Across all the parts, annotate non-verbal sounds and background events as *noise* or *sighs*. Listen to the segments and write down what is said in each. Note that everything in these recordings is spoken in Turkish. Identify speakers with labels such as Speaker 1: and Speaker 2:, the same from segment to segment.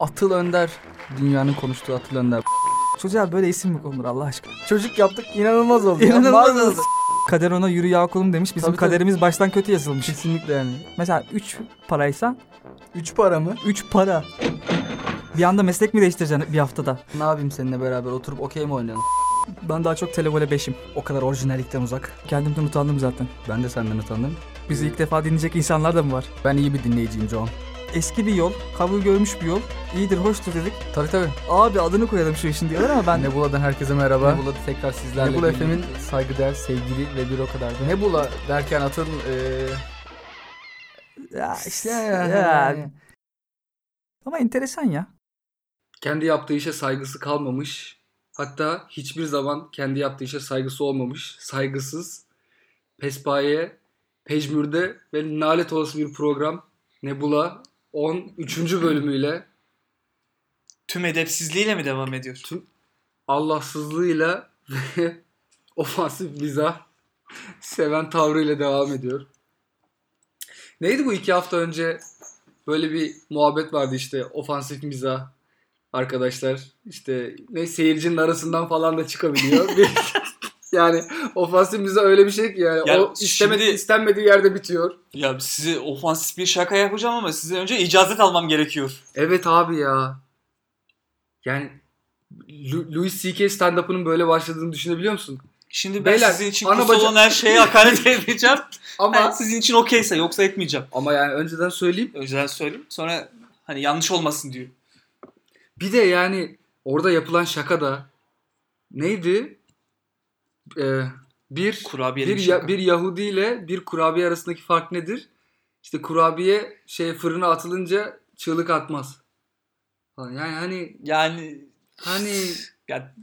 Speaker 1: Atıl Önder. Dünyanın konuştuğu Atıl Önder.
Speaker 2: Çocuğa böyle isim mi konulur
Speaker 1: *laughs*
Speaker 2: Allah aşkına?
Speaker 1: Çocuk yaptık inanılmaz oldu.
Speaker 2: İnanılmaz
Speaker 1: Mağazası-
Speaker 2: oldu. Kader ona yürü ya kulum demiş. Bizim
Speaker 1: Tabii, tabii.
Speaker 2: kaderimiz baştan kötü yazılmış.
Speaker 1: Kesinlikle yani.
Speaker 2: Mesela 3 paraysa
Speaker 1: Üç para mı?
Speaker 2: 3 para. Bir anda meslek mi değiştireceksin bir haftada?
Speaker 1: Ne yapayım seninle beraber oturup okey mi oynayalım?
Speaker 2: Ben daha çok televole 5'im.
Speaker 1: O kadar orijinallikten uzak.
Speaker 2: Kendimden utandım zaten.
Speaker 1: Ben de senden utandım.
Speaker 2: Bizi ilk defa dinleyecek insanlar da mı var?
Speaker 1: Ben iyi bir dinleyiciyim John.
Speaker 2: Eski bir yol, kabul görmüş bir yol. İyidir, hoştur dedik.
Speaker 1: Tabii tabii.
Speaker 2: Abi adını koyalım şu işin diyorlar ama ben
Speaker 1: Nebula'dan herkese merhaba.
Speaker 2: Nebula'da tekrar sizlerle
Speaker 1: Nebula,
Speaker 2: birlikte-
Speaker 1: FM'in saygıdeğer sevgili ve bir o kadar da. Nebula derken Atıl... eee
Speaker 2: Ya işte
Speaker 1: işte
Speaker 2: ya. Ama enteresan ya.
Speaker 3: kendi yaptığı işe saygısı kalmamış. Hatta hiçbir zaman kendi yaptığı işe saygısı olmamış. Saygısız, pespaye, pejmürde ve nalet olası bir program Nebula 13. bölümüyle
Speaker 4: Tüm edepsizliğiyle mi devam ediyor?
Speaker 3: Allahsızlığıyla ve *laughs* ofansif mizah seven tavrıyla devam ediyor. Neydi bu iki hafta önce böyle bir muhabbet vardı işte ofansif mizah arkadaşlar işte ne seyircinin arasından falan da *laughs* çıkabiliyor. Bir- yani ofansif mizah öyle bir şey ki yani
Speaker 4: Ya
Speaker 3: o istemedi,
Speaker 4: şimdi-
Speaker 3: istenmediği yerde bitiyor.
Speaker 4: Ya size ofansif bir şaka yapacağım ama size önce icazet almam gerekiyor.
Speaker 3: Evet abi ya. Yani Lu- Louis C.K. stand-up'ının böyle başladığını düşünebiliyor musun?
Speaker 4: Şimdi ben
Speaker 3: Beyler,
Speaker 4: sizin için
Speaker 3: ana
Speaker 4: kutsal
Speaker 3: baca-
Speaker 4: olan her şeye *laughs* hakaret edeceğim.
Speaker 3: Ama
Speaker 4: Ama sizin için okeyse yoksa etmeyeceğim.
Speaker 3: Ama yani önceden söyleyeyim.
Speaker 4: Önceden söyleyeyim. Sonra hani yanlış olmasın diyor.
Speaker 3: Bir de yani orada yapılan şaka da neydi? Ee, bir
Speaker 4: Kurabiye
Speaker 3: bir,
Speaker 4: bir
Speaker 3: Ya-
Speaker 4: şaka.
Speaker 3: bir Yahudi ile bir kurabiye arasındaki fark nedir? İşte kurabiye şey fırına atılınca çığlık atmaz. Falan. Yani hani
Speaker 4: Yani
Speaker 3: hani
Speaker 4: ya,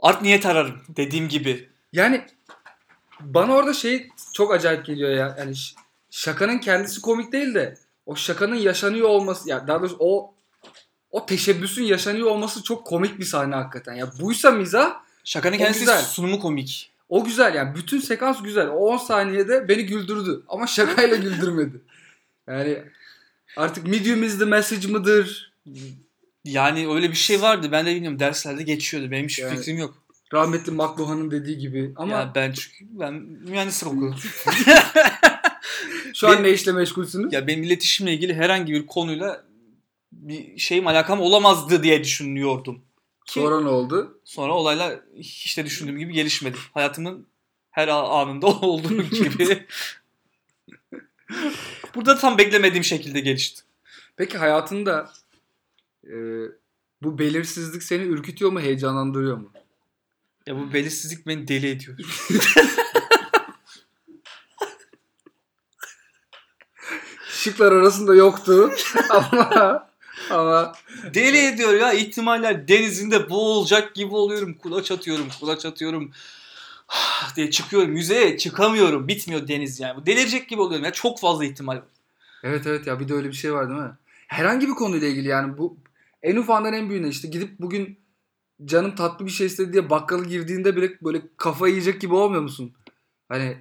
Speaker 4: art niyet ararım dediğim gibi.
Speaker 3: yani bana orada şey çok acayip geliyor ya. Yani ş- şakanın kendisi komik değil de o şakanın yaşanıyor olması ya daha doğrusu o o teşebbüsün yaşanıyor olması çok komik bir sahne hakikaten. Ya buysa mizah
Speaker 4: Şakanın
Speaker 3: O
Speaker 4: kendisi
Speaker 3: güzel.
Speaker 4: sunumu komik.
Speaker 3: O güzel yani. Bütün sekans güzel. O 10 saniyede beni güldürdü. Ama
Speaker 4: *laughs*
Speaker 3: şakayla güldürmedi. Yani artık medium is the message mıdır?
Speaker 4: Yani öyle bir şey vardı. Ben de bilmiyorum derslerde geçiyordu. Benim hiçbir
Speaker 3: Yani-
Speaker 4: fikrim yok.
Speaker 3: Rahmetli McLuhan'ın dediği gibi. Ama
Speaker 4: Ama ben çünkü ben mühendislik okudum.
Speaker 3: şu an
Speaker 4: ben-
Speaker 3: ne işle meşgulsünüz?
Speaker 4: Ya benim iletişimle ilgili herhangi bir konuyla bir şeyim alakam olamazdı diye düşünüyordum. Ki sonra,
Speaker 3: Sonra ne oldu?
Speaker 4: olaylar hiç de düşündüğüm gibi gelişmedi. Hayatımın her a- anında *laughs* olduğu gibi. Burada tam beklemediğim şekilde gelişti.
Speaker 3: Peki hayatında e, bu belirsizlik seni ürkütüyor mu, heyecanlandırıyor mu?
Speaker 4: Ya bu belirsizlik beni deli ediyor.
Speaker 3: Şıklar arasında yoktu *laughs* ama ama
Speaker 4: Deli ediyor ya ihtimaller denizinde boğulacak gibi oluyorum. Kulaç atıyorum, kulaç atıyorum. *sighs* diye çıkıyorum. Yüzeye çıkamıyorum. Bitmiyor deniz yani. Delirecek gibi oluyorum ya. Çok fazla ihtimal var.
Speaker 3: Evet evet ya bir de öyle bir şey var değil mi? Herhangi bir konuyla ilgili yani bu en ufağından en büyüğüne işte gidip bugün canım tatlı bir şey istedi diye bakkala girdiğinde bile böyle kafa yiyecek gibi olmuyor musun? Hani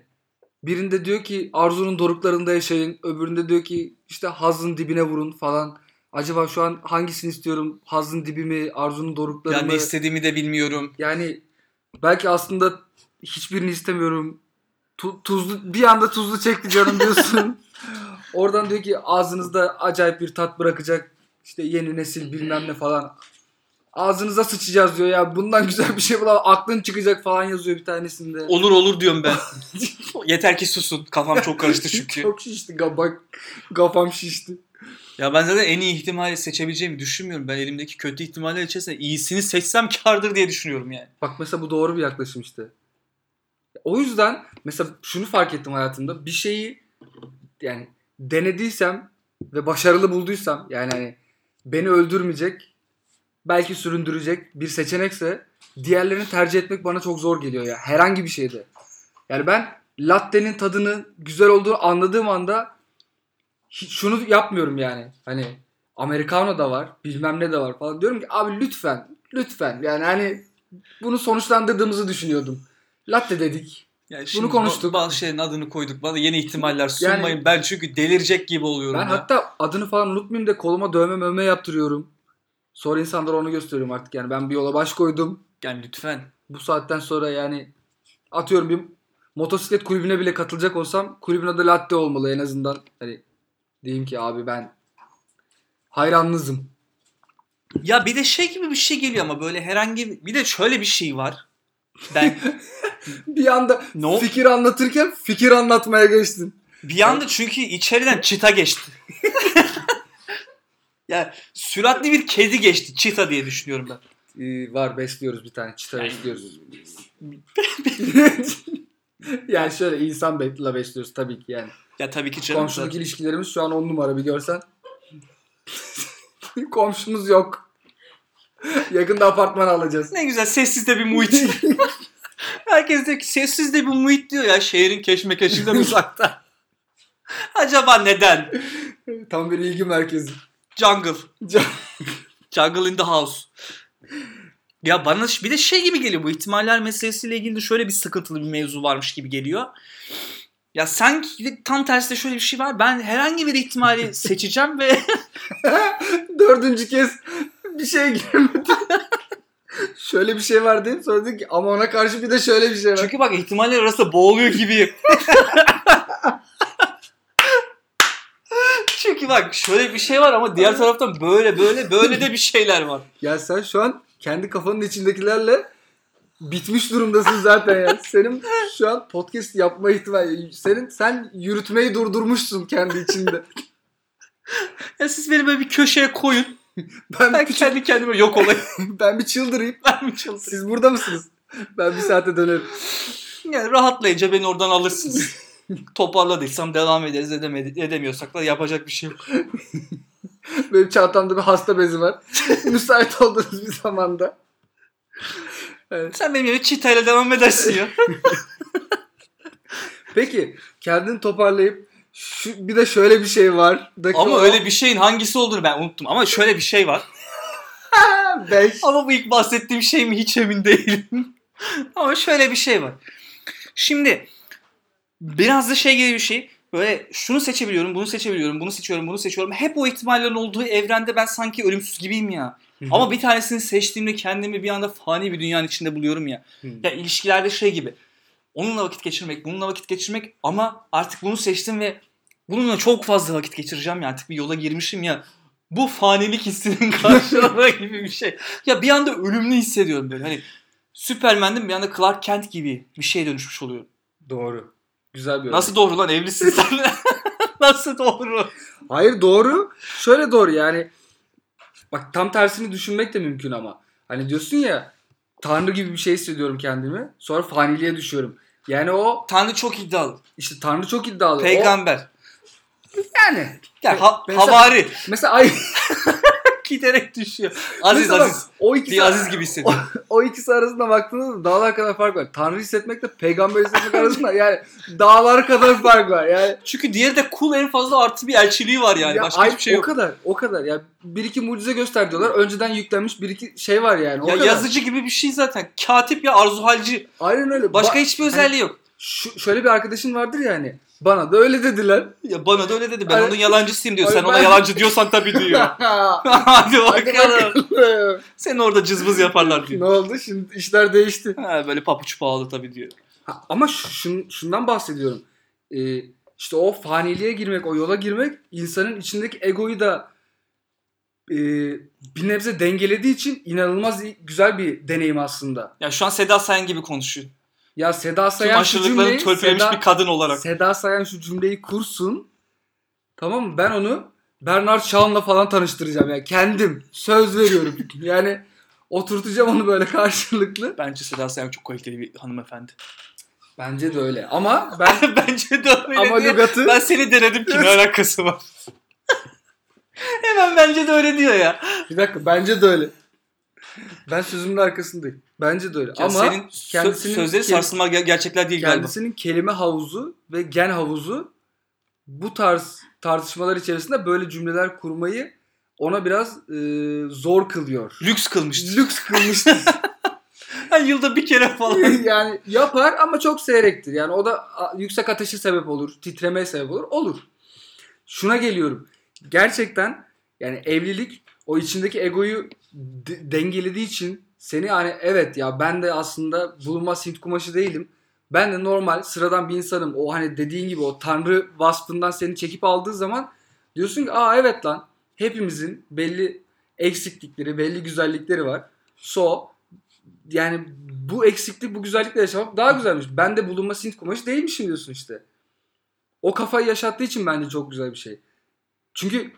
Speaker 3: birinde diyor ki arzunun doruklarında yaşayın, öbüründe diyor ki işte hazın dibine vurun falan. Acaba şu an hangisini istiyorum? Hazın dibi mi, arzunun dorukları
Speaker 4: Yani
Speaker 3: mı?
Speaker 4: ne istediğimi de bilmiyorum.
Speaker 3: yani belki aslında hiçbirini istemiyorum. Tu- tuzlu bir anda tuzlu çekti canım diyorsun. Oradan diyor ki ağzınızda acayip bir tat bırakacak. İşte yeni nesil bilmem ne falan. Ağzınıza sıçacağız diyor ya. Bundan güzel bir şey bulamam. Aklın çıkacak falan yazıyor bir tanesinde.
Speaker 4: Olur olur diyorum ben. *laughs* Yeter ki susun. Kafam çok karıştı çünkü.
Speaker 3: Çok şişti kabak. Kafam şişti.
Speaker 4: ya ben zaten en iyi ihtimali seçebileceğimi düşünmüyorum. Ben elimdeki kötü ihtimaller içerisinde iyisini seçsem kardır diye düşünüyorum yani.
Speaker 3: Bak mesela bu doğru bir yaklaşım işte. O yüzden mesela şunu fark ettim hayatımda. Bir şeyi yani denediysem ve başarılı bulduysam yani hani beni öldürmeyecek, belki süründürecek bir seçenekse diğerlerini tercih etmek bana çok zor geliyor ya. Herhangi bir şeyde. Yani ben latte'nin tadının güzel olduğunu anladığım anda hiç şunu yapmıyorum yani. Hani americano da var, bilmem ne de var falan. Diyorum ki abi lütfen, lütfen. Yani hani bunu sonuçlandırdığımızı düşünüyordum. Latte dedik.
Speaker 4: Yani
Speaker 3: Bunu konuştuk.
Speaker 4: ba- Bazı şeylerin adını koyduk. Bana yeni ihtimaller sunmayın. ben çünkü delirecek gibi oluyorum.
Speaker 3: Ben
Speaker 4: ya.
Speaker 3: hatta adını falan unutmayayım da koluma dövme mövme yaptırıyorum. Sonra insanlara onu gösteriyorum artık yani. Ben bir yola baş koydum.
Speaker 4: Yani lütfen.
Speaker 3: Bu saatten sonra yani atıyorum bir motosiklet kulübüne bile katılacak olsam kulübün adı Latte olmalı en azından. Hani diyeyim ki abi ben hayranınızım.
Speaker 4: Ya bir de şey gibi bir şey geliyor ama böyle herhangi bir, bir de şöyle bir şey var. Ben
Speaker 3: *laughs* Bir anda
Speaker 4: No.
Speaker 3: fikir anlatırken fikir anlatmaya geçtin.
Speaker 4: Bir anda çünkü içeriden
Speaker 3: *laughs*
Speaker 4: çita geçti. yani süratli bir kedi geçti çita diye düşünüyorum ben.
Speaker 3: Ee, var besliyoruz bir tane çita
Speaker 4: Yani- *laughs*
Speaker 3: besliyoruz. *laughs* yani şöyle insan bekle besliyoruz tabii ki yani.
Speaker 4: Ya tabii ki canım.
Speaker 3: Komşuluk ilişkilerimiz şu an on numara bir görsen. *laughs* Komşumuz yok. Yakında apartman alacağız.
Speaker 4: Ne güzel sessiz de bir muhit. Herkes diyor ki sessiz de bir muhit diyor ya şehrin keşmekeşinden uzakta. Acaba neden?
Speaker 3: Tam bir ilgi merkezi.
Speaker 4: Jungle.
Speaker 3: Can-
Speaker 4: Jungle in the house. Ya bana ş- bir de şey gibi geliyor bu ihtimaller meselesiyle ilgili de şöyle bir sıkıntılı bir mevzu varmış gibi geliyor. Ya sanki bir- tam tersi de şöyle bir şey var. Ben herhangi bir ihtimali seçeceğim ve
Speaker 3: Dördüncü kez bir şey girmedi. *laughs* şöyle bir şey var dedim. Sonra dedim ki ama ona karşı bir de şöyle bir şey var.
Speaker 4: çünkü bak ihtimaller arasında boğuluyor gibiyim. *laughs* çünkü bak şöyle bir şey var ama diğer taraftan böyle böyle böyle de bir şeyler var.
Speaker 3: Ya sen şu an kendi kafanın içindekilerle bitmiş durumdasın zaten ya. Senin şu an podcast yapma ihtimali senin sen yürütmeyi durdurmuşsun kendi içinde.
Speaker 4: Ya siz beni böyle bir köşeye koyun.
Speaker 3: Ben
Speaker 4: Ben
Speaker 3: bir, küçük-
Speaker 4: kendi kendime yok olayım. *laughs*
Speaker 3: ben bir çıldırayım.
Speaker 4: Ben mi çalışayım?
Speaker 3: Siz burada mısınız? Ben bir saate dönerim.
Speaker 4: Yani rahatlayınca beni oradan alırsınız. *laughs* Toparladıysam devam ederiz. Edemedi, edemiyorsak da yapacak bir şey yok.
Speaker 3: Benim çantamda bir hasta bezi var. *laughs* Müsait olduğunuz bir zamanda.
Speaker 4: Sen benim yerime çitayla devam edersin *laughs* ya.
Speaker 3: Peki kendini toparlayıp şu, bir de şöyle bir şey var. Dakika
Speaker 4: ama öyle bir şeyin hangisi olduğunu ben unuttum. Ama şöyle bir şey var.
Speaker 3: *laughs* 5.
Speaker 4: Ama bu ilk bahsettiğim şey mi hiç emin değilim. *laughs* ama şöyle bir şey var. Şimdi biraz da şey gibi bir şey. Böyle şunu seçebiliyorum, bunu seçebiliyorum, bunu seçiyorum, bunu seçiyorum. Hep o ihtimallerin olduğu evrende ben sanki ölümsüz gibiyim ya. Ama bir tanesini seçtiğimde kendimi bir anda fani bir dünyanın içinde buluyorum ya.
Speaker 3: Hı.
Speaker 4: Ya ilişkilerde şey gibi. Onunla vakit geçirmek, bununla vakit geçirmek ama artık bunu seçtim ve bununla çok fazla vakit geçireceğim ya artık bir yola girmişim ya. Bu fanilik hissinin *laughs* karşılığı gibi bir şey. Ya bir anda ölümlü hissediyorum böyle. Hani Superman'dim bir anda Clark Kent gibi bir şeye dönüşmüş oluyorum.
Speaker 3: Doğru. Güzel bir
Speaker 4: Nasıl doğru lan evlisin sen? *laughs* Nasıl doğru?
Speaker 3: Hayır doğru. Şöyle doğru yani. Bak tam tersini düşünmek de mümkün ama. Hani diyorsun ya tanrı gibi bir şey hissediyorum kendimi. Sonra faniliğe düşüyorum. Yani o
Speaker 4: Tanrı çok iddialı.
Speaker 3: işte tanrı çok iddialı. O-
Speaker 4: Peygamber.
Speaker 3: yani.
Speaker 4: Ya ha-
Speaker 3: Mesela-
Speaker 4: havari.
Speaker 3: Mesela ay
Speaker 4: *laughs* Giderek düşüyor. Aziz
Speaker 3: mesela
Speaker 4: Aziz.
Speaker 3: O ikisi,
Speaker 4: Bir Aziz gibi hissediyorum.
Speaker 3: o ikisi arasında baktığında da dağlar kadar fark var. Tanrı hissetmekle peygamber hissetmek arasında yani dağlar kadar fark var. Yani
Speaker 4: *laughs* Çünkü diğeri de cool en fazla artı bir elçiliği var yani.
Speaker 3: Ya
Speaker 4: Başka
Speaker 3: ay-
Speaker 4: hiçbir şey
Speaker 3: O
Speaker 4: yok.
Speaker 3: kadar, o kadar. Ya bir iki mucize göster diyorlar. Önceden yüklenmiş bir iki şey var yani. O
Speaker 4: Ya
Speaker 3: kadar.
Speaker 4: yazıcı gibi bir şey zaten. Katip ya arzuhalci.
Speaker 3: Aynen öyle.
Speaker 4: Başka
Speaker 3: Ba-
Speaker 4: hiçbir özelliği yok.
Speaker 3: Şu, şöyle bir arkadaşın vardır ya hani. Bana da öyle dediler.
Speaker 4: Ya bana da öyle dedi. Ben
Speaker 3: Ay-
Speaker 4: onun yalancısıyım diyor.
Speaker 3: Ay
Speaker 4: Sen ona
Speaker 3: ben-
Speaker 4: yalancı diyorsan tabii
Speaker 3: *laughs*
Speaker 4: diyor. *laughs* Hadi bakalım. Seni orada cızbız yaparlar
Speaker 3: ne *laughs*
Speaker 4: diyor.
Speaker 3: oldu? Şimdi işler değişti.
Speaker 4: Ha, böyle papuç pahalı tabii diyor.
Speaker 3: Ha, ama şun, şundan bahsediyorum. Ee, işte o faniliğe girmek, o yola girmek insanın içindeki egoyu da e, bir nebze dengelediği için inanılmaz iyi- güzel bir deneyim aslında.
Speaker 4: Ya şu an Seda Sayan gibi konuşuyor.
Speaker 3: Ya Seda
Speaker 4: Tüm
Speaker 3: Sayan şu
Speaker 4: aşırılıklarını
Speaker 3: cümleyi...
Speaker 4: törpülemiş
Speaker 3: Seda-
Speaker 4: bir kadın olarak.
Speaker 3: Seda Sayan şu cümleyi kursun. Tamam mı? Ben onu Bernard Şahan'la falan tanıştıracağım. Yani kendim. Söz veriyorum. *laughs* yani oturtacağım onu böyle karşılıklı.
Speaker 4: Bence Seda Sayan çok kaliteli bir hanımefendi. *laughs*
Speaker 3: Bence de öyle. Ama ben
Speaker 4: Bence de öyle
Speaker 3: ama
Speaker 4: diyor.
Speaker 3: lügatı
Speaker 4: Ben seni denedim ki ne alakası var. *laughs* Hemen bence de öyle diyor ya.
Speaker 3: bir dakika bence de öyle. Ben sözümün arkasındayım. Bence de öyle.
Speaker 4: Ya
Speaker 3: ama
Speaker 4: senin
Speaker 3: kendisinin
Speaker 4: kendisinin sözleri
Speaker 3: ke-
Speaker 4: sarsılma ger- gerçekler değil galiba.
Speaker 3: kendisinin kelime havuzu ve gen havuzu bu tarz tartışmalar içerisinde böyle cümleler kurmayı ona biraz e, zor kılıyor.
Speaker 4: *laughs* Lüks kılmıştır.
Speaker 3: Lüks kılmıştır.
Speaker 4: Ha, muhtemelen yılda bir kere falan.
Speaker 3: *laughs* yani yapar ama çok seyrektir. Yani o da a, yüksek ateşi sebep olur, titremeye sebep olur. Olur. Şuna geliyorum. Gerçekten yani evlilik o içindeki egoyu de- dengelediği için seni hani evet ya ben de aslında bulunmaz Hint kumaşı değilim. Ben de normal sıradan bir insanım. O hani dediğin gibi o tanrı vasfından seni çekip aldığı zaman diyorsun ki aa evet lan hepimizin belli eksiklikleri, belli güzellikleri var. So yani bu eksiklik bu güzellikle yaşamak daha güzelmiş. Ben de bulunması Hint kumaşı değilmişim diyorsun işte. O kafayı yaşattığı için bence çok güzel bir şey. Çünkü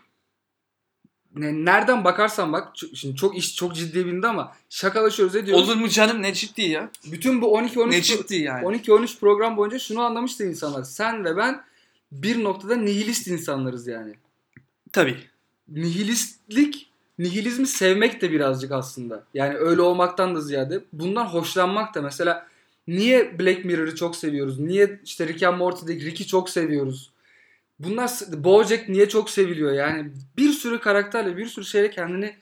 Speaker 3: ne, nereden bakarsan bak ç- şimdi çok iş çok ciddi bindi ama şakalaşıyoruz ediyoruz.
Speaker 4: *laughs* Olur mu canım ne ciddi ya?
Speaker 3: Bütün bu 12 13
Speaker 4: Ne ciddi yani?
Speaker 3: 12-13 program boyunca şunu anlamıştı insanlar. Sen ve ben bir noktada nihilist insanlarız yani.
Speaker 4: Tabii.
Speaker 3: Nihilistlik, nihilizmi sevmek de birazcık aslında. Yani öyle olmaktan da ziyade bundan hoşlanmak da mesela niye Black Mirror'ı çok seviyoruz? Niye işte Rick and Morty'deki Rick'i çok seviyoruz? Bunlar s- Bojack niye çok seviliyor? Yani bir sürü karakterle bir sürü şeyle kendini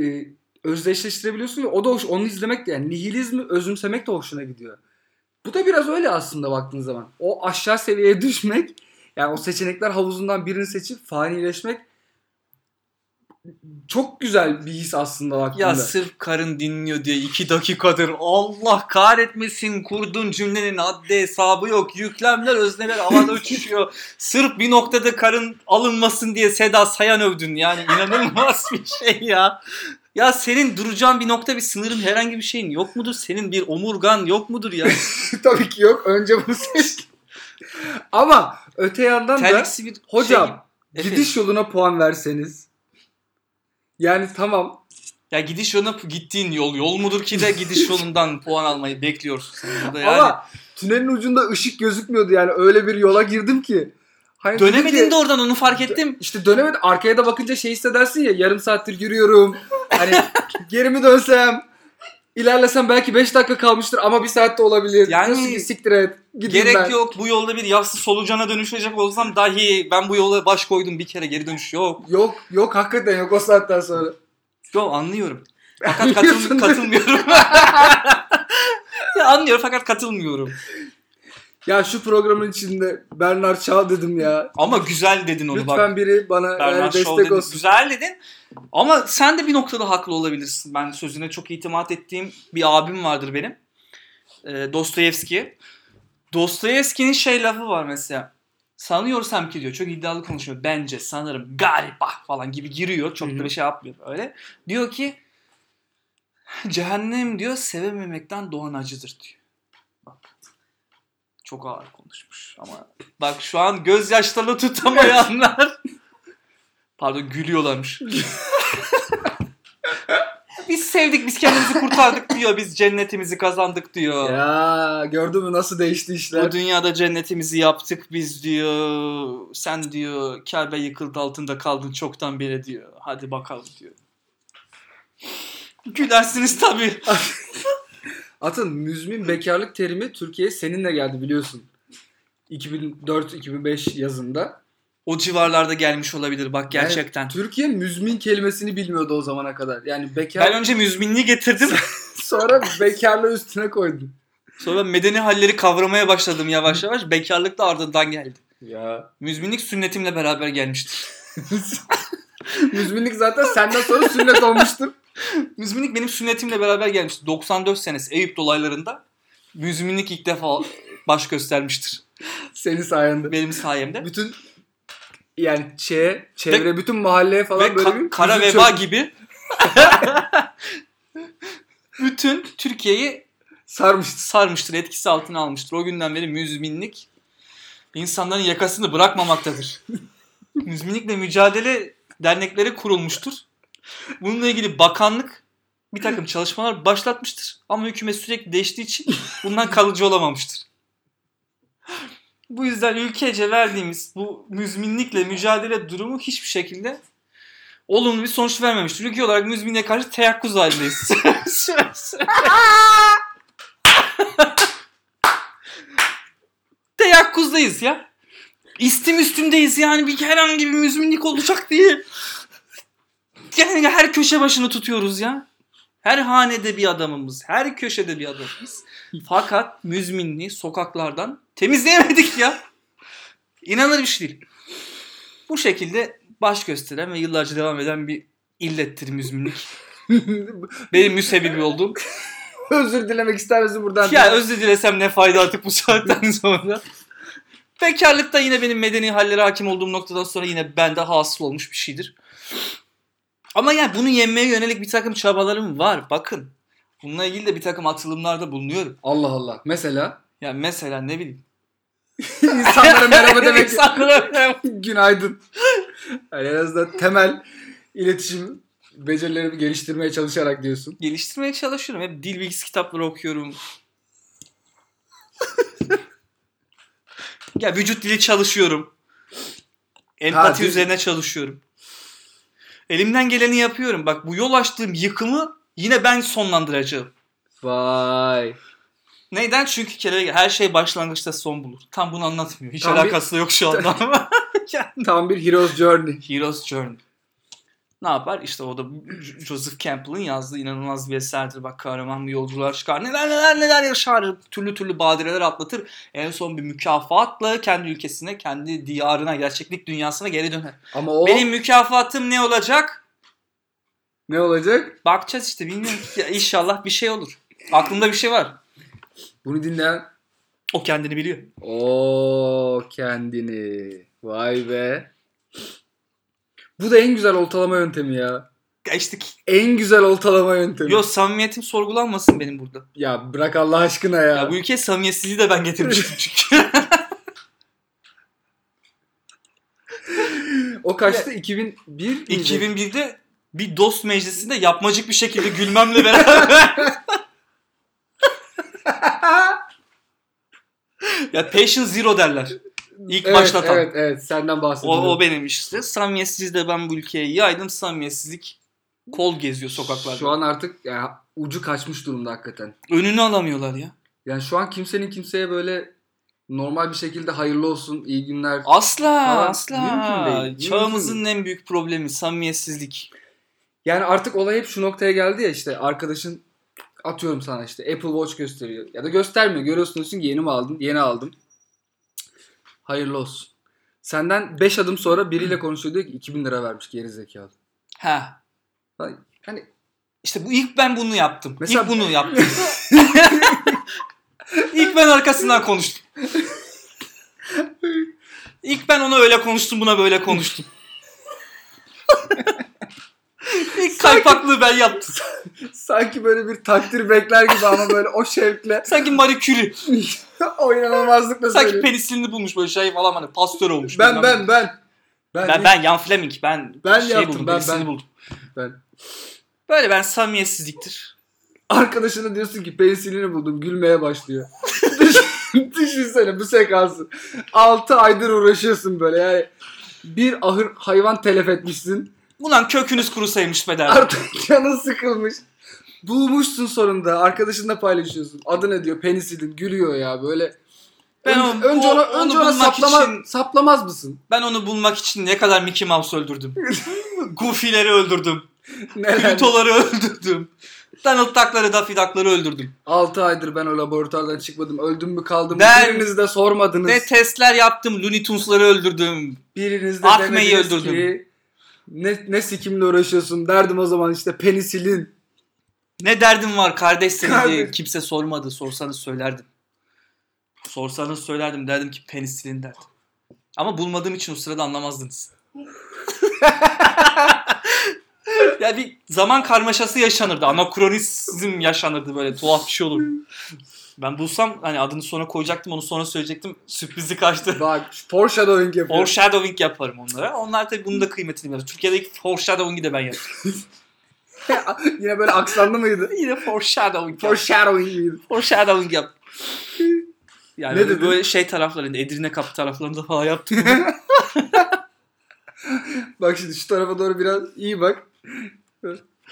Speaker 3: e, özdeşleştirebiliyorsun ve o da hoş. Onu izlemek de yani nihilizmi özümsemek de hoşuna gidiyor. Bu da biraz öyle aslında baktığın zaman. O aşağı seviyeye düşmek yani o seçenekler havuzundan birini seçip fanileşmek çok güzel bir his aslında baktığında.
Speaker 4: Ya sırf karın dinliyor diye iki dakikadır Allah kahretmesin kurduğun cümlenin haddi hesabı yok. Yüklemler özneler
Speaker 3: *laughs*
Speaker 4: havada uçuşuyor. Sırf bir noktada karın alınmasın diye Seda Sayan övdün yani inanılmaz bir şey ya. Ya senin duracağın bir nokta bir sınırın herhangi bir şeyin yok mudur? Senin bir omurgan yok mudur ya?
Speaker 3: *laughs* Tabii ki yok. Önce bunu seçtim. Ama öte yandan da
Speaker 4: Terliksi bir şey-
Speaker 3: hocam
Speaker 4: Efendim?
Speaker 3: gidiş yoluna puan verseniz. Yani tamam.
Speaker 4: Ya gidiş yoluna gittiğin yol yol mudur ki de
Speaker 3: *laughs*
Speaker 4: gidiş yolundan puan almayı bekliyorsun sen burada yani.
Speaker 3: Ama tünelin ucunda ışık gözükmüyordu yani. Öyle bir yola girdim ki. Hani dedi
Speaker 4: Dönemedin
Speaker 3: ki-
Speaker 4: de oradan onu fark ettim.
Speaker 3: İşte dönemedim. Arkaya da bakınca şey hissedersin ya. Yarım saattir yürüyorum. Hani
Speaker 4: *laughs*
Speaker 3: geri mi dönsem? ilerlesem belki 5 dakika kalmıştır ama bir saatte olabilir.
Speaker 4: Yani
Speaker 3: Diyorsun ki siktir et. Gideyim
Speaker 4: Gerek
Speaker 3: ben.
Speaker 4: yok bu yolda bir yassı solucana dönüşecek olsam dahi ben bu yola baş koydum bir kere geri dönüş yok.
Speaker 3: Yok yok hakikaten yok o saatten sonra.
Speaker 4: Yok anlıyorum. Fakat
Speaker 3: Anlıyorsun
Speaker 4: katıl,
Speaker 3: değil mi?
Speaker 4: katılmıyorum. ya anlıyorum fakat katılmıyorum.
Speaker 3: Ya şu programın içinde Bernard Shaw dedim ya.
Speaker 4: Ama güzel dedin onu
Speaker 3: Lütfen
Speaker 4: bak.
Speaker 3: biri bana yani
Speaker 4: Bernard Shaw
Speaker 3: e, destek
Speaker 4: dedin.
Speaker 3: olsun.
Speaker 4: Güzel dedin. Ama sen de bir noktada haklı olabilirsin. Ben sözüne çok itimat ettiğim bir abim vardır benim. Ee, Dostoyevski. Dostoyevski'nin şey lafı var mesela. Sanıyorsam ki diyor çok iddialı konuşuyor. Bence sanırım galiba falan gibi giriyor. Çok
Speaker 3: Hı
Speaker 4: da
Speaker 3: hı.
Speaker 4: bir şey yapmıyor öyle. Diyor ki cehennem diyor sevememekten doğan acıdır diyor. Bak. Çok ağır konuşmuş ama bak şu an gözyaşlarını tutamayanlar *laughs* pardon gülüyorlarmış. biz sevdik biz kendimizi kurtardık diyor biz cennetimizi kazandık diyor.
Speaker 3: Ya gördün mü nasıl değişti işler?
Speaker 4: Bu dünyada cennetimizi yaptık biz diyor. Sen diyor Kabe yıkıldı altında kaldın çoktan beri diyor. Hadi bakalım diyor. Gülersiniz tabii.
Speaker 3: Atın müzmin bekarlık terimi Türkiye'ye seninle geldi biliyorsun. 2004-2005 yazında.
Speaker 4: O civarlarda gelmiş olabilir bak
Speaker 3: Yani
Speaker 4: gerçekten.
Speaker 3: Türkiye müzmin kelimesini bilmiyordu o zamana kadar. Yani bekar
Speaker 4: Ben önce müzminliği getirdim.
Speaker 3: sonra bekarlığı üstüne koydun.
Speaker 4: Sonra medeni halleri kavramaya başladım yavaş yavaş. Bekarlık da ardından geldi.
Speaker 3: Ya.
Speaker 4: Müzminlik sünnetimle beraber gelmişti.
Speaker 3: Müzminlik zaten senden sonra sünnet olmuştur.
Speaker 4: Müzminlik benim sünnetimle beraber gelmişti. 94 senesi Eyüp dolaylarında müzminlik ilk defa baş göstermiştir.
Speaker 3: Senin sayende.
Speaker 4: Benim sayemde.
Speaker 3: Bütün yani şeye, çevre, bütün mahalleye falan
Speaker 4: ve
Speaker 3: böyle
Speaker 4: ka-
Speaker 3: bir
Speaker 4: kara
Speaker 3: hüzün
Speaker 4: veba
Speaker 3: çöktü. *laughs*
Speaker 4: gibi *laughs* bütün Türkiye'yi
Speaker 3: sarmıştı.
Speaker 4: sarmıştır, etkisi altına almıştır. O günden beri müzminlik insanların yakasını bırakmamaktadır. Müzminlikle mücadele dernekleri kurulmuştur. Bununla ilgili bakanlık bir takım çalışmalar başlatmıştır. Ama hükümet sürekli değiştiği için bundan kalıcı olamamıştır. Bu yüzden ülkece verdiğimiz bu müzminlikle mücadele durumu hiçbir şekilde olumlu bir sonuç vermemiştir. Ülke olarak müzminliğe karşı teyakkuz halindeyiz. *laughs* teyakkuzdayız ya. İstim üstündeyiz yani bir herhangi bir müzminlik olacak diye. Yani her köşe başını tutuyoruz ya. Her hanede bir adamımız, her köşede bir adamımız. Fakat müzminliği sokaklardan temizleyemedik ya. İnanılır bir şey değil. Bu şekilde baş gösteren ve yıllarca devam eden bir illettir müzminlik. Benim müsebbibi olduğum.
Speaker 3: Özür dilemek ister misin buradan?
Speaker 4: Ya özür dilesem ne fayda artık bu saatten *laughs* sonra. Bekarlıkta yine benim medeni hallere hakim olduğum noktadan sonra yine bende hasıl olmuş bir şeydir. Ama yani bunu yenmeye yönelik bir takım çabalarım var. Bakın. Bununla ilgili de bir takım atılımlarda bulunuyorum.
Speaker 3: Allah Allah. *laughs* Mesela
Speaker 4: Yani mesela ne bileyim.
Speaker 3: insanlara merhaba demek
Speaker 4: İnsanlara merhaba.
Speaker 3: günaydın. Yani en azından temel iletişim becerilerimi geliştirmeye çalışarak diyorsun.
Speaker 4: Geliştirmeye çalışıyorum. Hep dil bilgisi kitapları
Speaker 3: *laughs*
Speaker 4: okuyorum. ya vücut dili çalışıyorum. Empati
Speaker 3: Ha, dil-
Speaker 4: üzerine çalışıyorum. Elimden geleni yapıyorum. Bak bu yol açtığım yıkımı yine ben sonlandıracağım.
Speaker 3: Vay.
Speaker 4: Neden? Çünkü kere her şey başlangıçta son bulur. Tam bunu anlatmıyor. Hiç
Speaker 3: Tam bir-
Speaker 4: alakası da yok şu anda
Speaker 3: *laughs*
Speaker 4: ama.
Speaker 3: Tam bir hero's journey.
Speaker 4: Hero's Journey. Ne yapar? İşte o da Jo- Joseph Campbell'ın yazdığı inanılmaz bir eserdir. Bak kahraman bir yolculuğa çıkar. Neler neler neler yaşar. Türlü türlü badireler atlatır. En son bir mükafatla kendi ülkesine, kendi diyarına, gerçeklik dünyasına geri döner.
Speaker 3: Ama o
Speaker 4: Benim mükafatım ne olacak?
Speaker 3: ne olacak?
Speaker 4: Bakacağız işte bilmiyorum ki. Ya İnşallah bir şey olur. Aklımda bir şey var.
Speaker 3: Bunu dinleyen
Speaker 4: O kendini biliyor.
Speaker 3: o kendini. Vay be. Bu da en güzel oltalama yöntemi ya.
Speaker 4: Ya işte ki-
Speaker 3: En güzel oltalama yöntemi.
Speaker 4: yo samimiyetim sorgulanmasın benim burada.
Speaker 3: Ya bırak Allah aşkına ya.
Speaker 4: Ya bu ülkeye samimiyetsizliği de ben getirmiştim çünkü.
Speaker 3: O kaçtı? 2001 miydi?
Speaker 4: 2001'de bir dost meclisinde yapmacık bir şekilde gülmemle beraber.
Speaker 3: *laughs*
Speaker 4: ya Patient Zero derler. İlk
Speaker 3: evet,
Speaker 4: başlatan.
Speaker 3: Evet evet senden
Speaker 4: O,
Speaker 3: bahsediyorum.
Speaker 4: o benim işte. Samimiyetsiz de ben bu ülkeye yaydım. Samimiyetsizlik kol geziyor sokaklarda.
Speaker 3: Şu an artık ya, ucu kaçmış durumda hakikaten.
Speaker 4: Önünü alamıyorlar ya.
Speaker 3: Yani şu an kimsenin kimseye böyle normal bir şekilde hayırlı olsun, iyi günler.
Speaker 4: Asla
Speaker 3: Falan mümkün
Speaker 4: asla.
Speaker 3: değil, mümkün
Speaker 4: Çağımızın en büyük problemi samimiyetsizlik.
Speaker 3: Yani artık olay hep şu noktaya geldi ya işte arkadaşın atıyorum sana işte Apple Watch gösteriyor. Ya da göstermiyor. Görüyorsun diyorsun ki yeni mi aldın? Yeni aldım. Hayırlı olsun. Senden 5 adım sonra biriyle konuşuyor diyor ki 2000 lira vermiş geri zekalı.
Speaker 4: Ha.
Speaker 3: Hani-
Speaker 4: işte bu ilk ben bunu yaptım.
Speaker 3: Mesela-
Speaker 4: İlk bunu
Speaker 3: *laughs*
Speaker 4: yaptım. ilk ben arkasından konuştum. İlk ben ona öyle konuştum, buna böyle konuştum. İlk kaypaklığı ben yaptım.
Speaker 3: Sanki böyle bir takdir bekler gibi ama böyle o şevkle
Speaker 4: Sanki Marie Curie.
Speaker 3: *laughs* o inanılmazlıkla
Speaker 4: Sanki
Speaker 3: söylüyor.
Speaker 4: penisilini bulmuş böyle şey falan hani pastör olmuş.
Speaker 3: Ben
Speaker 4: bilmem ne.
Speaker 3: ben ben. Ben
Speaker 4: Ben ben Jan Fleming ben
Speaker 3: Ben
Speaker 4: şey
Speaker 3: yaptım,
Speaker 4: buldum,
Speaker 3: ben-
Speaker 4: penisilini
Speaker 3: ben-
Speaker 4: buldum.
Speaker 3: ben.
Speaker 4: Böyle ben samimiyetsizliktir.
Speaker 3: Arkadaşına diyorsun ki penisilini buldum gülmeye başlıyor. *laughs* Düş- Düşünsene bu sekansı. 6 aydır uğraşıyorsun böyle yani. Bir ahır hayvan telef etmişsin.
Speaker 4: Ulan kökünüz kurusaymış be derdim.
Speaker 3: Artık *laughs* canın sıkılmış. Bulmuşsun sonunda. Arkadaşınla paylaşıyorsun. Adı ne diyor? Penisilin. Gülüyor ya böyle.
Speaker 4: Ben
Speaker 3: önce,
Speaker 4: o-
Speaker 3: önce
Speaker 4: o-
Speaker 3: ona,
Speaker 4: onu
Speaker 3: önce ona
Speaker 4: bulmak
Speaker 3: saplama,
Speaker 4: için-
Speaker 3: saplamaz mısın?
Speaker 4: Ben onu bulmak için ne kadar Mickey Mouse öldürdüm. Goofy'leri öldürdüm. Pluto'ları öldürdüm. Donald Duck'ları, Daffy Duck'ları öldürdüm.
Speaker 3: 6 aydır ben o laboratuvardan çıkmadım. Öldüm mü kaldım mı?
Speaker 4: Ben-
Speaker 3: Biriniz de sormadınız.
Speaker 4: Ne testler yaptım. Looney Tunes'ları öldürdüm.
Speaker 3: Biriniz de
Speaker 4: Akme'yi
Speaker 3: demediniz
Speaker 4: öldürdüm.
Speaker 3: ki ne, ne sikimle uğraşıyorsun derdim o zaman işte penisilin.
Speaker 4: Ne derdim var kardeş senin diye
Speaker 3: Kardeş.
Speaker 4: kimse sormadı. Sorsanız söylerdim. Sorsanız söylerdim. Derdim ki penisilin derdim. Ama bulmadığım için o sırada anlamazdınız. *laughs* ya bir zaman karmaşası yaşanırdı. Anakronizm yaşanırdı böyle tuhaf bir şey olur. Ben bulsam hani adını sonra koyacaktım onu sonra söyleyecektim. Sürprizi *laughs* kaçtı.
Speaker 3: Bak foreshadowing yapıyor.
Speaker 4: Foreshadowing yaparım onlara. Onlar tabii bunun da kıymetini bilir. Türkiye'de ilk foreshadowing'i de ben yaptım.
Speaker 3: *laughs* Yine böyle aksanlı mıydı?
Speaker 4: *laughs* Yine foreshadowing yaptım.
Speaker 3: Foreshadowing mıydı?
Speaker 4: Foreshadowing yap. Yani
Speaker 3: Ne
Speaker 4: böyle-
Speaker 3: dedin?
Speaker 4: böyle şey taraflarında, Edirne kapı taraflarında falan yaptım. *laughs*
Speaker 3: Bak şimdi şu tarafa doğru biraz iyi bak.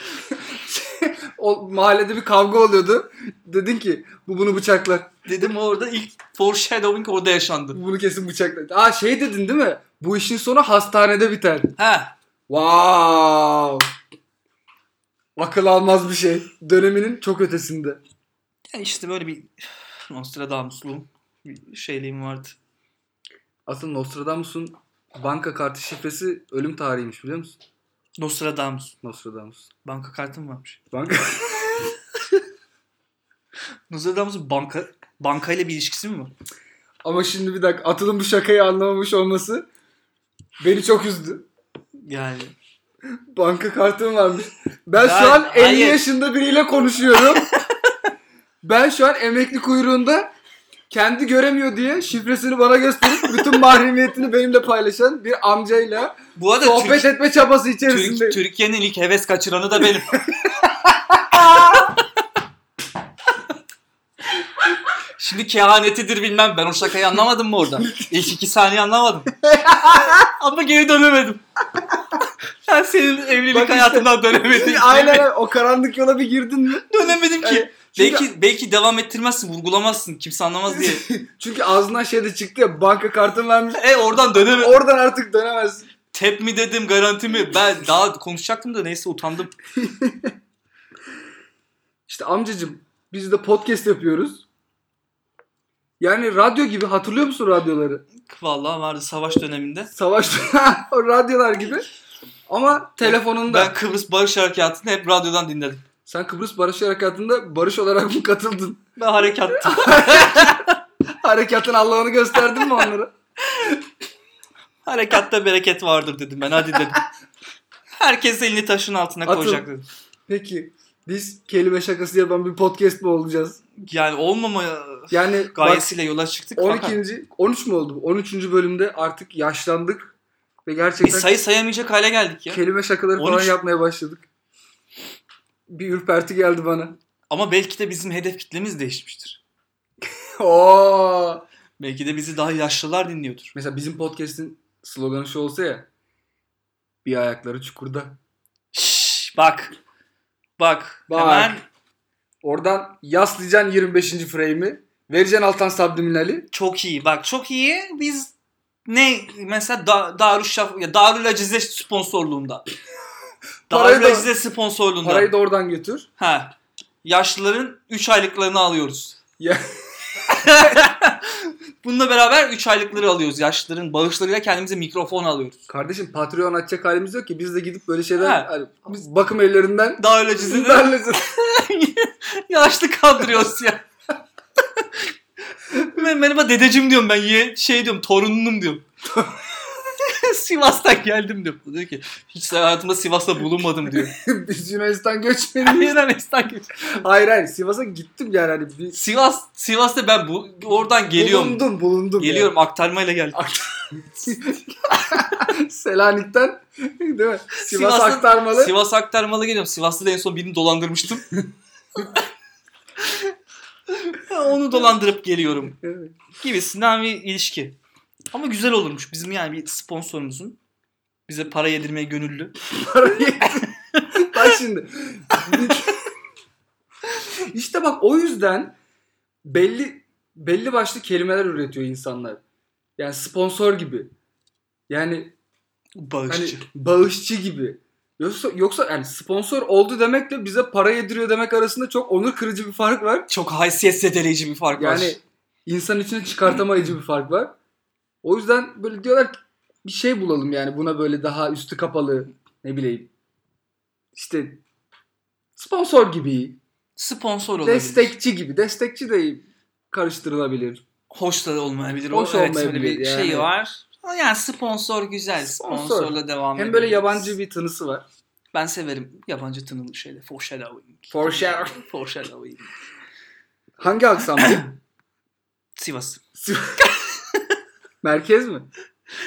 Speaker 3: *laughs* o mahallede bir kavga oluyordu. Dedin ki bu bunu bıçaklar.
Speaker 4: Dedim orada ilk foreshadowing orada yaşandı.
Speaker 3: Bu Bunu kesin bıçaklar. Aa şey dedin değil mi? Bu işin sonu hastanede biter.
Speaker 4: Ha.
Speaker 3: Wow. Akıl almaz bir şey. Döneminin çok ötesinde.
Speaker 4: Yani işte böyle bir Nostradamus'lu bir şeyliğim vardı.
Speaker 3: Asıl Nostradamus'un banka kartı şifresi ölüm tarihiymiş biliyor musun?
Speaker 4: Nostradamus.
Speaker 3: Nostradamus.
Speaker 4: Banka kartım varmış.
Speaker 3: Banka
Speaker 4: *laughs* Nostradamus'un banka bankayla bir ilişkisi mi var?
Speaker 3: Ama şimdi bir dakika Atıl'ın bu şakayı anlamamış olması beni çok üzdü.
Speaker 4: Yani
Speaker 3: Banka kartım varmış. Ben
Speaker 4: Ben-
Speaker 3: şu an 50
Speaker 4: hayır.
Speaker 3: yaşında biriyle konuşuyorum. ben şu an emekli kuyruğunda kendi göremiyor diye şifresini bana gösterip bütün mahremiyetini benimle paylaşan bir amcayla
Speaker 4: bu arada Türk-
Speaker 3: sohbet etme çabası
Speaker 4: Türk-
Speaker 3: içerisinde.
Speaker 4: Türkiye'nin ilk heves kaçıranı da
Speaker 3: *laughs*
Speaker 4: benim. Şimdi kehanetidir bilmem. Ben o şakayı anlamadım mı orada? İlk iki
Speaker 3: *laughs*
Speaker 4: saniye anlamadım. Ama geri dönemedim. Ben senin evlilik
Speaker 3: Bak işte.
Speaker 4: hayatından dönemedim.
Speaker 3: Aynen o karanlık yola bir girdin mi?
Speaker 4: Dönemedim ki.
Speaker 3: Yani çünkü-
Speaker 4: Belki belki devam ettirmezsin, vurgulamazsın. Kimse anlamaz diye.
Speaker 3: Çünkü ağzından şey de çıktı ya banka kartım vermiş.
Speaker 4: E oradan
Speaker 3: *laughs*
Speaker 4: dönemedim.
Speaker 3: Oradan artık dönemezsin.
Speaker 4: Tep mi dedim garanti mi? Ben daha konuşacaktım da neyse utandım.
Speaker 3: İşte amcacım biz de podcast yapıyoruz. Yani radyo gibi hatırlıyor musun radyoları?
Speaker 4: Vallahi vardı savaş döneminde.
Speaker 3: Savaş *laughs* o radyolar gibi. Ama telefonunda.
Speaker 4: Ben Kıbrıs Barış Harekatı'nı hep radyodan dinledim.
Speaker 3: Sen Kıbrıs Barış Harekatı'nda barış olarak mı katıldın? *laughs*
Speaker 4: Ben harekattım.
Speaker 3: Harekatın Allah'ını gösterdin mi onlara?
Speaker 4: Harekatta bereket vardır dedim ben hadi dedim. Herkes elini taşın altına
Speaker 3: Atın.
Speaker 4: koyacak dedim.
Speaker 3: Peki biz kelime şakası yapan bir podcast mi olacağız?
Speaker 4: Yani olmama
Speaker 3: Yani bak,
Speaker 4: gayesiyle yola çıktık. fakat
Speaker 3: 12. 13 mü oldu? bu? 13. bölümde artık yaşlandık ve gerçekten
Speaker 4: Biz sayı sayamayacak hale geldik ya.
Speaker 3: kelime şakaları falan
Speaker 4: 13.
Speaker 3: yapmaya başladık. Bir ürperti geldi bana. *laughs*
Speaker 4: Ama belki de bizim hedef kitlemiz değişmiştir.
Speaker 3: Oo.
Speaker 4: Belki de bizi daha yaşlılar dinliyordur.
Speaker 3: Mesela bizim podcast'in sloganı şu olsa ya. Bir ayakları çukurda.
Speaker 4: Şşş, bak. Bak.
Speaker 3: Bak.
Speaker 4: Hemen
Speaker 3: Oradan yaslayacaksın 25. frame'i. Vereceksin alttan subliminali.
Speaker 4: çok iyi. Bak çok iyi. Biz ne mesela da, Darüşşaf ya Darül Acize sponsorluğunda.
Speaker 3: Parayı
Speaker 4: Darül
Speaker 3: da-
Speaker 4: Acize sponsorluğunda.
Speaker 3: Parayı da oradan götür.
Speaker 4: Ha. Yaşlıların 3 aylıklarını alıyoruz.
Speaker 3: Ya.
Speaker 4: *laughs* Bununla beraber 3 aylıkları alıyoruz. Yaşlıların bağışlarıyla kendimize mikrofon alıyoruz.
Speaker 3: Kardeşim Patreon açacak halimiz yok ki. Biz de gidip böyle şeyler
Speaker 4: Ha.
Speaker 3: hani biz bakım evlerinden
Speaker 4: Daha ölecizini de
Speaker 3: Zindanlayacağız.
Speaker 4: yaşlı kandırıyoruz ya. ben, merhaba dedeciğim diyorum ben ye, şey diyorum torununum diyorum. *laughs* Sivas'tan geldim diyor. Diyor ki hiç hayatımda Sivas'ta bulunmadım diyor.
Speaker 3: *laughs* Biz Yunanistan göçmeniyiz.
Speaker 4: Yunanistan geç.
Speaker 3: hayır hayır Sivas'a gittim yani. Hani bir-
Speaker 4: Sivas Sivas'ta ben bu, oradan geliyorum.
Speaker 3: Bulundum bulundum.
Speaker 4: Geliyorum aktarmayla geldim.
Speaker 3: yani. Selanik'ten değil mi? Sivas
Speaker 4: Sivas'ın-
Speaker 3: aktarmalı.
Speaker 4: Sivas aktarmalı geliyorum. Sivas'ta da en son
Speaker 3: *laughs*
Speaker 4: birini dolandırmıştım. Onu dolandırıp geliyorum
Speaker 3: Evet.
Speaker 4: gibisinden bir ilişki. Ama güzel olurmuş. Bizim yani bir sponsorumuzun bize para yedirmeye gönüllü.
Speaker 3: parayı. bak
Speaker 4: *laughs*
Speaker 3: şimdi. işte bak o yüzden belli belli başlı kelimeler üretiyor insanlar. Yani sponsor gibi. Yani
Speaker 4: Bağışçı.
Speaker 3: hani bağışçı gibi. Yoksa yoksa yani sponsor oldu demekle bize para yediriyor demek arasında çok onur kırıcı bir fark var.
Speaker 4: Çok haysiyet zedeleyici bir fark var.
Speaker 3: Yani insan içine çıkartamayıcı bir fark var. O yüzden böyle diyorlar ki bir şey bulalım yani buna böyle daha üstü kapalı ne bileyim. İşte sponsor gibi,
Speaker 4: Sponsor olabilir.
Speaker 3: destekçi gibi, destekçi de karıştırılabilir.
Speaker 4: Hoş da olmayabilir.
Speaker 3: Hoş
Speaker 4: o, evet,
Speaker 3: olmayabilir
Speaker 4: böyle bir
Speaker 3: yani.
Speaker 4: şey var. Yani sponsor güzel.
Speaker 3: Sponsor.
Speaker 4: Sponsorla devam
Speaker 3: Hem böyle
Speaker 4: edebiliriz.
Speaker 3: yabancı bir tınısı var.
Speaker 4: Ben severim yabancı tınılı şeyleri. Foreshadowing.
Speaker 3: Foreshadow-
Speaker 4: Foreshadowing.
Speaker 3: Hangi aksan bu?
Speaker 4: *laughs* Sivas.
Speaker 3: Merkez mi?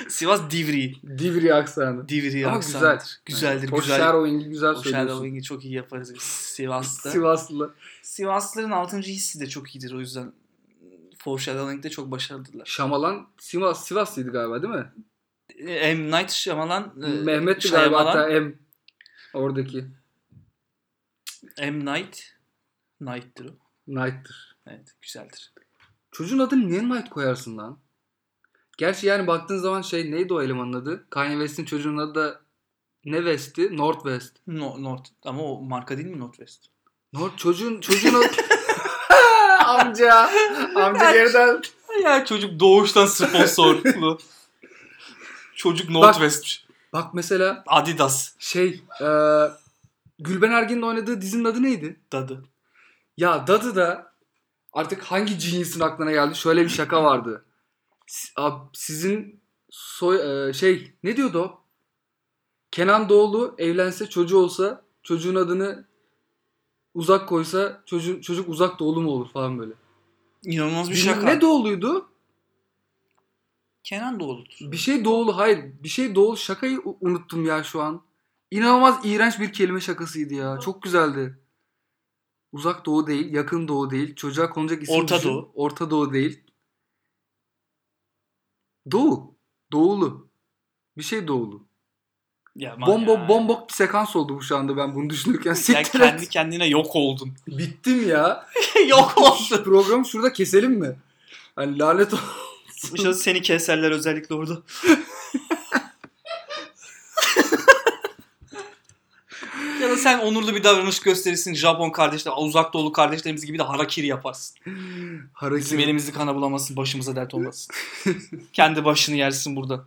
Speaker 4: Sivas Divri.
Speaker 3: Divri aksanı.
Speaker 4: Divri
Speaker 3: Ama
Speaker 4: aksanıdır.
Speaker 3: güzel.
Speaker 4: Güzeldir.
Speaker 3: Yani,
Speaker 4: güzel.
Speaker 3: Foreshadowing'i güzel söylüyorsun.
Speaker 4: Foreshadowing'i çok iyi yaparız
Speaker 3: *laughs*
Speaker 4: biz Sivas'ta.
Speaker 3: Sivaslı.
Speaker 4: Sivaslıların 6. hissi de çok iyidir o yüzden. Foreshadowing'de çok başarılılar.
Speaker 3: Şamalan Sivas, Sivaslıydı galiba değil mi?
Speaker 4: E, M. Night Shyamalan. e,
Speaker 3: Mehmet'ti galiba
Speaker 4: Shyamalan,
Speaker 3: hatta M. Oradaki.
Speaker 4: M. Night. Night'tir o.
Speaker 3: Knight'tır.
Speaker 4: Evet güzeldir.
Speaker 3: Çocuğun adını niye Knight koyarsın lan? Gerçi yani baktığın zaman şey neydi o elemanın adı? Kanye West'in çocuğunun adı da Ne West'i? Northwest.
Speaker 4: No, North. Ama o marka değil mi Northwest?
Speaker 3: North çocuğun çocuğun o- amca. Amca geriden.
Speaker 4: Ya çocuk
Speaker 3: *laughs*
Speaker 4: doğuştan sponsorlu. çocuk Northwest.
Speaker 3: Bak mesela
Speaker 4: Adidas
Speaker 3: şey e, Gülben Ergin'in oynadığı dizinin adı neydi?
Speaker 4: dadı.
Speaker 3: Ya Dadı da artık hangi cinsin aklına geldi? Şöyle bir şaka vardı. Si- ab- Sizin soy, e, şey ne diyordu o? Kenan Doğulu evlense çocuğu olsa çocuğun adını uzak koysa çocuğun, çocuk uzak doğulu mu olur falan böyle.
Speaker 4: İnanılmaz bir
Speaker 3: Bilmem
Speaker 4: şaka.
Speaker 3: Ne doğuluydu?
Speaker 4: Kenan Doğulu'dur.
Speaker 3: Bir şey doğulu hayır bir şey doğulu şakayı u- unuttum ya şu an. İnanılmaz iğrenç bir kelime şakasıydı ya. Çok güzeldi. Uzak doğu değil, yakın doğu değil. Çocuğa konacak isim
Speaker 4: Orta
Speaker 3: düşün.
Speaker 4: Doğu.
Speaker 3: Orta doğu değil. Doğu. Doğulu. Bir şey doğulu.
Speaker 4: Ya, man
Speaker 3: Bombo
Speaker 4: ya.
Speaker 3: bombok bir sekans oldu bu şu anda ben bunu düşünürken.
Speaker 4: Ya
Speaker 3: Siktir et.
Speaker 4: kendi kendine yok oldun. *laughs*
Speaker 3: Bittim ya. *laughs*
Speaker 4: yok oldun.
Speaker 3: Programı şurada keselim mi? Hani lanet olsun.
Speaker 4: İşte seni keserler özellikle orada. *laughs* ya da sen onurlu bir davranış gösterirsin. Japon kardeşler, uzak doğulu kardeşlerimiz gibi de harakiri yaparsın. Bizim
Speaker 3: Hareketi.
Speaker 4: elimizi kana bulamasın, başımıza dert olmasın. Kendi başını yersin burada.